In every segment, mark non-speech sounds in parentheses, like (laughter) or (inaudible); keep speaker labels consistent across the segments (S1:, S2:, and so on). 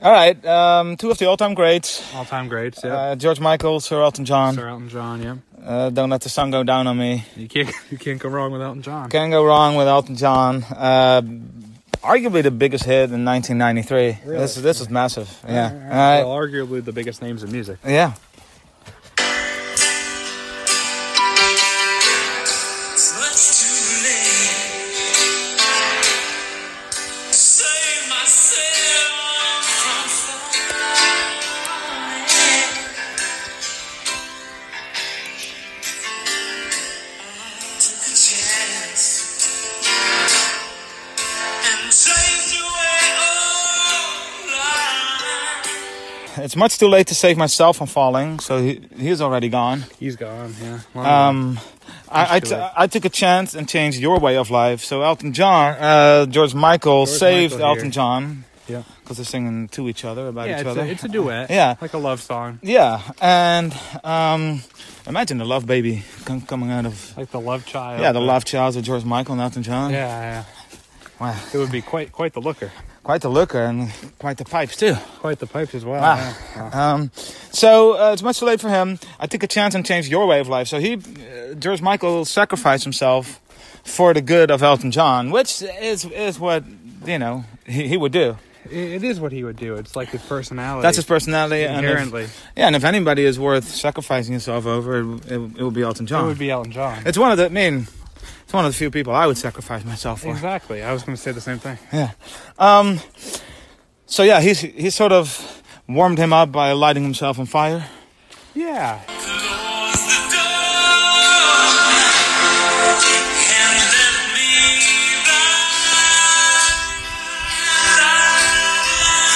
S1: All right, um, two of the all-time greats:
S2: All-time greats. Yeah.
S1: uh, George Michael, Sir Elton John.
S2: Sir Elton John. Yeah.
S1: Uh, don't let the sun go down on me.
S2: You can't (laughs) you can't go wrong with Elton John.
S1: Can't go wrong with Elton John. Uh, arguably the biggest hit in 1993.
S2: Really?
S1: This this was massive. Yeah. All right.
S2: Well, arguably the biggest names in music.
S1: Yeah.
S3: It's much too late to save myself from falling. I took a chance
S1: It's much too late to save myself from falling, so he,
S3: and changed the way all life.
S1: he's already gone.
S2: He's gone. Yeah. Well,
S1: Um, I, I,
S2: too
S1: t-
S2: late.
S1: I took a chance and changed your way of life. So Elton John, uh, George Michael
S2: George
S1: saved
S2: Michael
S1: Elton
S2: here.
S1: John
S2: yeah.
S1: because they're singing to each other about
S2: Yeah.
S1: each
S2: It's
S1: other.
S2: a, it's a duet.
S1: Yeah.
S2: Like a love song.
S1: yeah, and um, imagine the love baby com- coming out of
S2: Like the love child.
S1: yeah the love child of George Michael and Elton John.
S2: Yeah. yeah.
S1: Wow.
S2: It would be quite quite the looker.
S1: quite the looker and quite the pipes too.
S2: Quite the pipes as well.
S1: Wow.
S2: yeah. Wow.
S1: Um, so uh, it's much too late for him. I took a chance and changed your way of life. So he, uh, George Michael, sacrificed himself for the good of Elton John, which is is what you know he, he would do.
S2: It, it is what he would do. It's like his personality.
S1: That's his personality. And if-
S2: inherently.
S1: yeah, and if anybody is worth sacrificing himself over, it, it, it would be Elton
S2: It
S1: John.
S2: would be Elton John.
S1: it's one of the. I mean, it's one of the few people I would sacrifice myself for.
S2: Exactly. I was going to say the same thing.
S1: Um, so yeah, he's he sort of warmed him up by lighting himself on fire.
S2: Yeah.
S3: Close the door and let me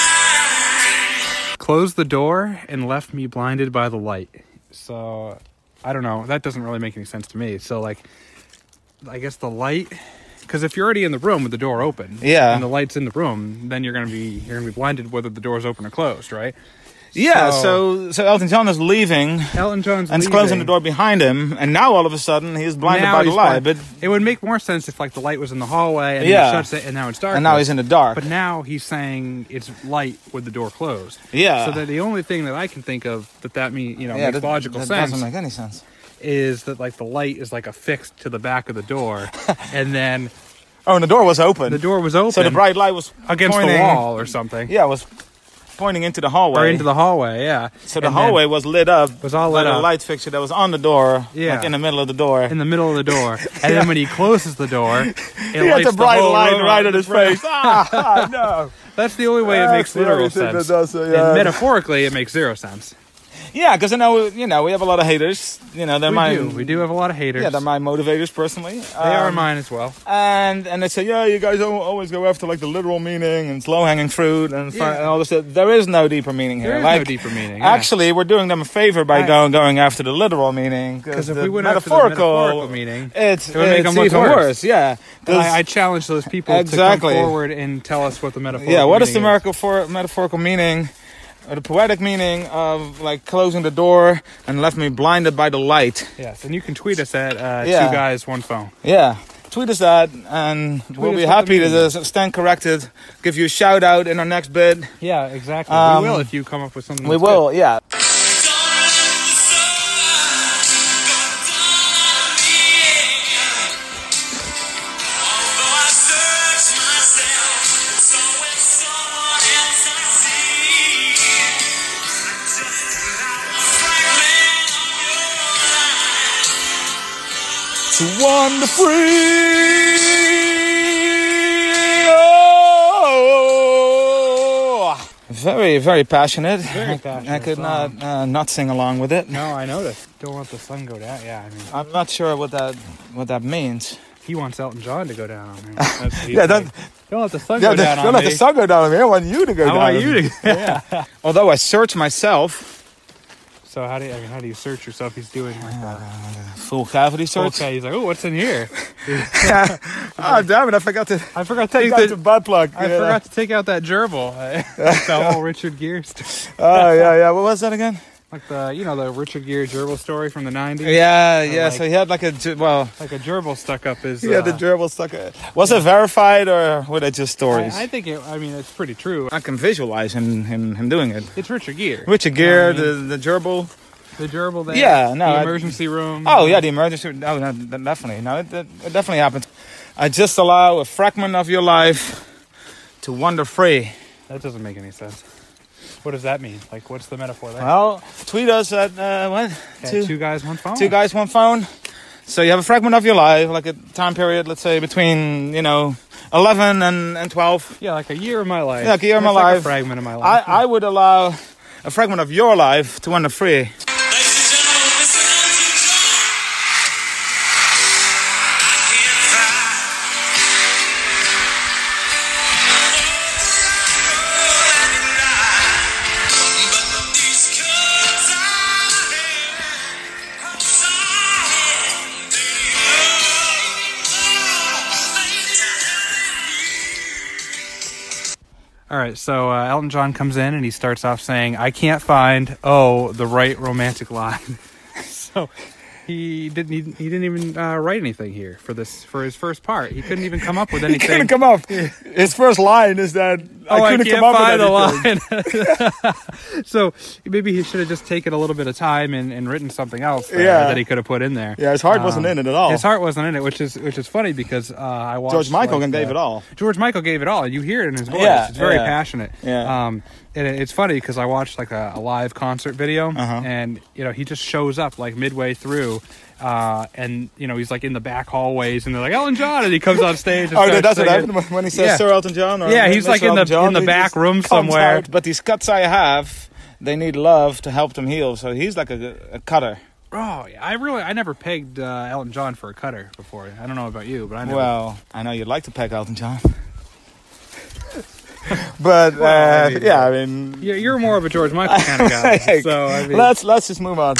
S3: by.
S2: Closed the door and left me blinded by the light. So, I don't know. That doesn't really make any sense to me. So, like, I guess the light. Because if you're already in the room with the door open,
S1: Yeah.
S2: and the light's in the room, then you're gonna be you're gonna be blinded whether the door's open or closed, right?
S1: Yeah, so
S2: So-
S1: so Elton John is leaving.
S2: Elton John's
S1: and it's
S2: leaving.
S1: closing the door behind him. And now all of a sudden he's blinded
S2: Now
S1: by the
S2: he's
S1: light,
S2: blind-
S1: but
S2: it would make more sense if like the light was in the hallway and
S1: Yeah.
S2: he shuts it, and now it's dark.
S1: and now he's in the dark.
S2: But now he's saying it's light with the door closed.
S1: Yeah.
S2: So that the only thing that I can think of that that mean you know
S1: yeah,
S2: makes logical
S1: that
S2: sense
S1: doesn't make any sense.
S2: is that like the light is like affixed to the back of the
S1: (laughs)
S2: door, and then
S1: Oh, and the door was open.
S2: the door was open
S1: so the bright light was
S2: against
S1: pointing,
S2: the wall or something,
S1: Yeah, was pointing into the hallway.
S2: or into the hallway. Yeah.
S1: so the
S2: And then
S1: hallway was lit up.
S2: was all
S1: by
S2: lit
S1: the
S2: up.
S1: light fixture that was on the door.
S2: Yeah.
S1: like in the middle of the door.
S2: in the middle of the door,
S1: (laughs)
S2: and then when he closes the door, it
S1: he had
S2: lights
S1: the bright
S2: whole
S1: light
S2: room
S1: right
S2: up.
S1: in his face. ah, ah, no.
S2: That's the only way it
S1: That's
S2: makes
S1: the
S2: literal
S1: only thing that
S2: sense.
S1: does it, yeah.
S2: And metaphorically, it makes zero sense.
S1: (laughs) Yeah, because I know you know we have a lot of haters. You know they're
S2: We
S1: my
S2: do. We do have a lot of haters.
S1: yeah they're my motivators personally. Um,
S2: they are mine as well.
S1: and and they say, yeah, you guys al- always go after like the literal meaning and it's low hanging fruit and, fun-
S2: Yeah.
S1: and all this. stuff. There is no deeper meaning here.
S2: There is
S1: like,
S2: no deeper meaning. yeah.
S1: Actually, we're doing them a favor by
S2: Right.
S1: going going after the literal meaning
S2: because if
S1: the
S2: we went
S1: metaphorical,
S2: after the metaphorical meaning,
S1: it's,
S2: it would make
S1: it's
S2: 'em look
S1: even
S2: worse.
S1: Yeah, 'Cause-
S2: I, I challenge those people
S1: Exactly.
S2: to come forward and tell us what the metaphor.
S1: yeah. What is the metaphor, metaphorical meaning? Or the poetic meaning of like closing the door and left me blinded by the light.
S2: Yes, and you can tweet us at uh,
S1: Yeah.
S2: two guys one phone.
S1: Yeah. Tweet us that, and we'll
S2: us
S1: be
S2: what the
S1: happy to
S2: meaning
S1: uh, stand corrected. Give you a shout out in our next bit.
S2: Yeah, exactly.
S1: Um,
S2: we will if you come up with something.
S1: We
S2: that's good.
S1: will, yeah. To one to free. Oh. Very, very passionate.
S2: Very
S1: I- I
S2: passionate
S1: could
S2: song.
S1: not uh, not sing along with it.
S2: No, I noticed. Don't let the sun go down. Yeah, I mean,
S1: I'm not sure what that what that means.
S2: he wants Elton John to go down (laughs) on me. That's- he's
S1: Yeah, that-
S2: like, don't let the sun go down on me.
S1: sun go down on me. I want you to go
S2: I want you to. Yeah.
S1: Although I search myself,
S2: So how do you, I mean, how do you search yourself? He's doing like that.
S1: full cavity
S2: So
S1: search.
S2: okay, he's like, oh, what's in here?
S1: Yeah. oh damn it! I forgot to.
S2: I forgot
S1: I
S2: to take
S1: forgot to
S2: the,
S1: butt plug.
S2: I
S1: yeah.
S2: (laughs) forgot to take out that gerbil. the whole Richard Gere stuff.
S1: Oh yeah, yeah. What was that again?
S2: Like the you know the Richard Gere gerbil story from the '90s.
S1: Yeah, yeah.
S2: like-
S1: so he had like a ge- well,
S2: Like a gerbil stuck up his.
S1: Oh, he had a
S2: uh,
S1: gerbil stuck. in- Was it verified or were they just stories?
S2: I, I think it. I mean, it's pretty true.
S1: I can visualize him him, him doing it.
S2: It's Richard Gere.
S1: Richard Gere,
S2: You know what I mean?
S1: the the gerbil.
S2: the, gerbil. There,
S1: Yeah, no,
S2: The
S1: I-
S2: emergency room.
S1: Oh yeah, the emergency. No, no, de- definitely. No, it, it, it definitely happens. I just allow a fragment of your life to wander free.
S2: That doesn't make any sense. What does that mean? Like, what's the metaphor there?
S1: Well, tweet us at uh, what
S2: Okay,
S1: two,
S2: two, guys, one phone.
S1: two guys one phone. So you have a fragment of your life, like a time period, let's say between you know eleven and, and twelve.
S2: Yeah, like a year of my life.
S1: Yeah, like a year of
S2: That's
S1: my life.
S2: like A fragment of my
S1: I,
S2: life.
S1: I would allow a fragment of your life to wander (laughs) free.
S3: Ladies and gentlemen, Mr. Elton John. I can't cry. Oh, the light of light. But these cuts I had, cuts I had, they
S2: All right, so uh, Elton John comes in and he starts off saying, "I can't find oh the right romantic line." (laughs) so he didn't he, he didn't even uh, write anything here for this for his first part. He couldn't even come
S1: (laughs)
S2: up with anything.
S1: couldn't come up. His first line is that
S2: Oh,
S1: I couldn't come up with anything.
S2: the
S1: (laughs)
S2: line. so maybe he should have just taken a little bit of time and, and written something else there
S1: Yeah.
S2: that he could have put in there. Um,
S1: Yeah, Ah. his heart wasn't in it at all.
S2: His heart wasn't in it, which is which is funny because uh, I watched
S1: George Michael
S2: like,
S1: gave
S2: the-
S1: it all.
S2: George Michael gave it all. You hear it in his voice.
S1: Yeah,
S2: it's very
S1: yeah.
S2: passionate.
S1: Yeah.
S2: Um, and it- it's funny because I watched like a, a live concert video,
S1: Uh-huh.
S2: and you know he just shows up like midway through. Uh, and you know he's like in the back hallways, and they're like Ellen John, and he comes on stage.
S1: (laughs)
S2: And
S1: Oh,
S2: starts
S1: that doesn't
S2: singing.
S1: happen when- when he says
S2: Yeah.
S1: Sir Elton John. Or
S2: Yeah, he's
S1: Mr.
S2: like in the-
S1: Elton John,
S2: in the
S1: he
S2: back
S1: just
S2: room
S1: comes
S2: somewhere.
S1: out, but these cuts I have, they need love to help them heal. So he's like a, a cutter.
S2: Oh, yeah. I really, I never pegged uh, Elton John for a cutter before. I don't know about you, but I never.
S1: Well, I know you'd like to peg Elton John, (laughs) but uh,
S2: Well, I mean-
S1: yeah, I mean,
S2: you're, you're more of a George Michael kind of
S1: (laughs)
S2: guy.
S1: Hey,
S2: so I mean,
S1: let's let's just move on.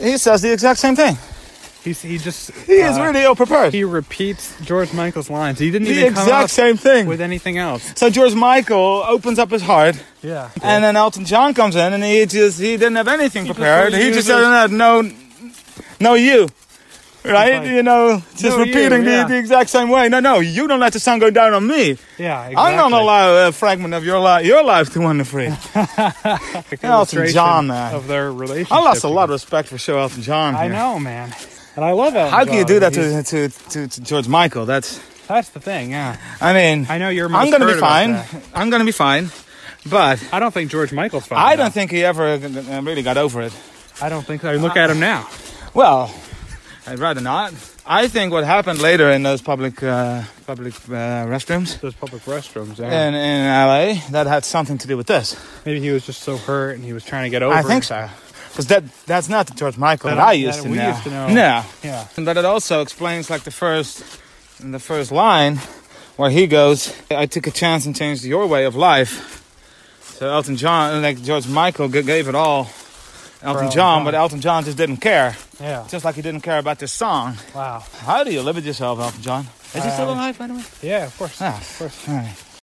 S1: He says the exact same thing.
S2: he's, he just uh,
S1: He is really ill prepared.
S2: he repeats George Michael's lines. He didn't
S1: the
S2: even come up
S1: exact same thing.
S2: with anything else.
S1: so George Michael opens up his heart,
S2: Yeah.
S1: and then Elton John comes in, and he just he didn't have anything
S2: just
S1: prepared.
S2: sort of
S1: he just
S2: uses-
S1: said, "No, no, you." Right,
S2: like,
S1: you know, just
S2: "No, you,"
S1: repeating
S2: yeah.
S1: the, the exact same way. No, no, you don't let the sun go down on me.
S2: yeah. Exactly.
S1: I'm gonna allow a fragment of your life, your life to wander free.
S2: Like
S1: Elton
S2: an illustration
S1: John, man.
S2: of their relationship.
S1: I lost a lot of respect for Sir Elton John.
S2: I
S1: here.
S2: know, man. And I love Elton.
S1: How can you
S2: John.
S1: do that
S2: He's-
S1: to, to, to, to George Michael? That's,
S2: That's the thing. Yeah.
S1: I mean,
S2: I know you're.
S1: I'm gonna be
S2: most hurt
S1: fine.
S2: about that.
S1: I'm gonna be fine. But
S2: I don't think George Michael's fine.
S1: I
S2: now.
S1: don't think he ever uh, really got over it.
S2: I don't think. I mean, look at him now.
S1: Well, I'd rather not. I think what happened later in those public uh, public uh, restrooms
S2: Those public restrooms. Yeah.
S1: in, in LA that had something to do with this.
S2: Maybe he was just so hurt and he was trying to get over.
S1: I think so. Because that that's not the George Michael that,
S2: That-
S1: I
S2: that
S1: used to
S2: we
S1: know.
S2: used to know.
S1: No.
S2: Yeah.
S1: But it also explains like the first the first line where he goes, I took a chance and changed your way of life. So Elton John, like George Michael g- gave it all Elton
S2: Elton
S1: John,
S2: John.
S1: but Elton John just didn't care.
S2: Yeah.
S1: Just like he didn't care about this song.
S2: Wow.
S1: How do you live with yourself, Elton John? Is he still alive, by the way?
S2: Yeah, of course.
S1: Ah,
S2: Of course.
S1: all right.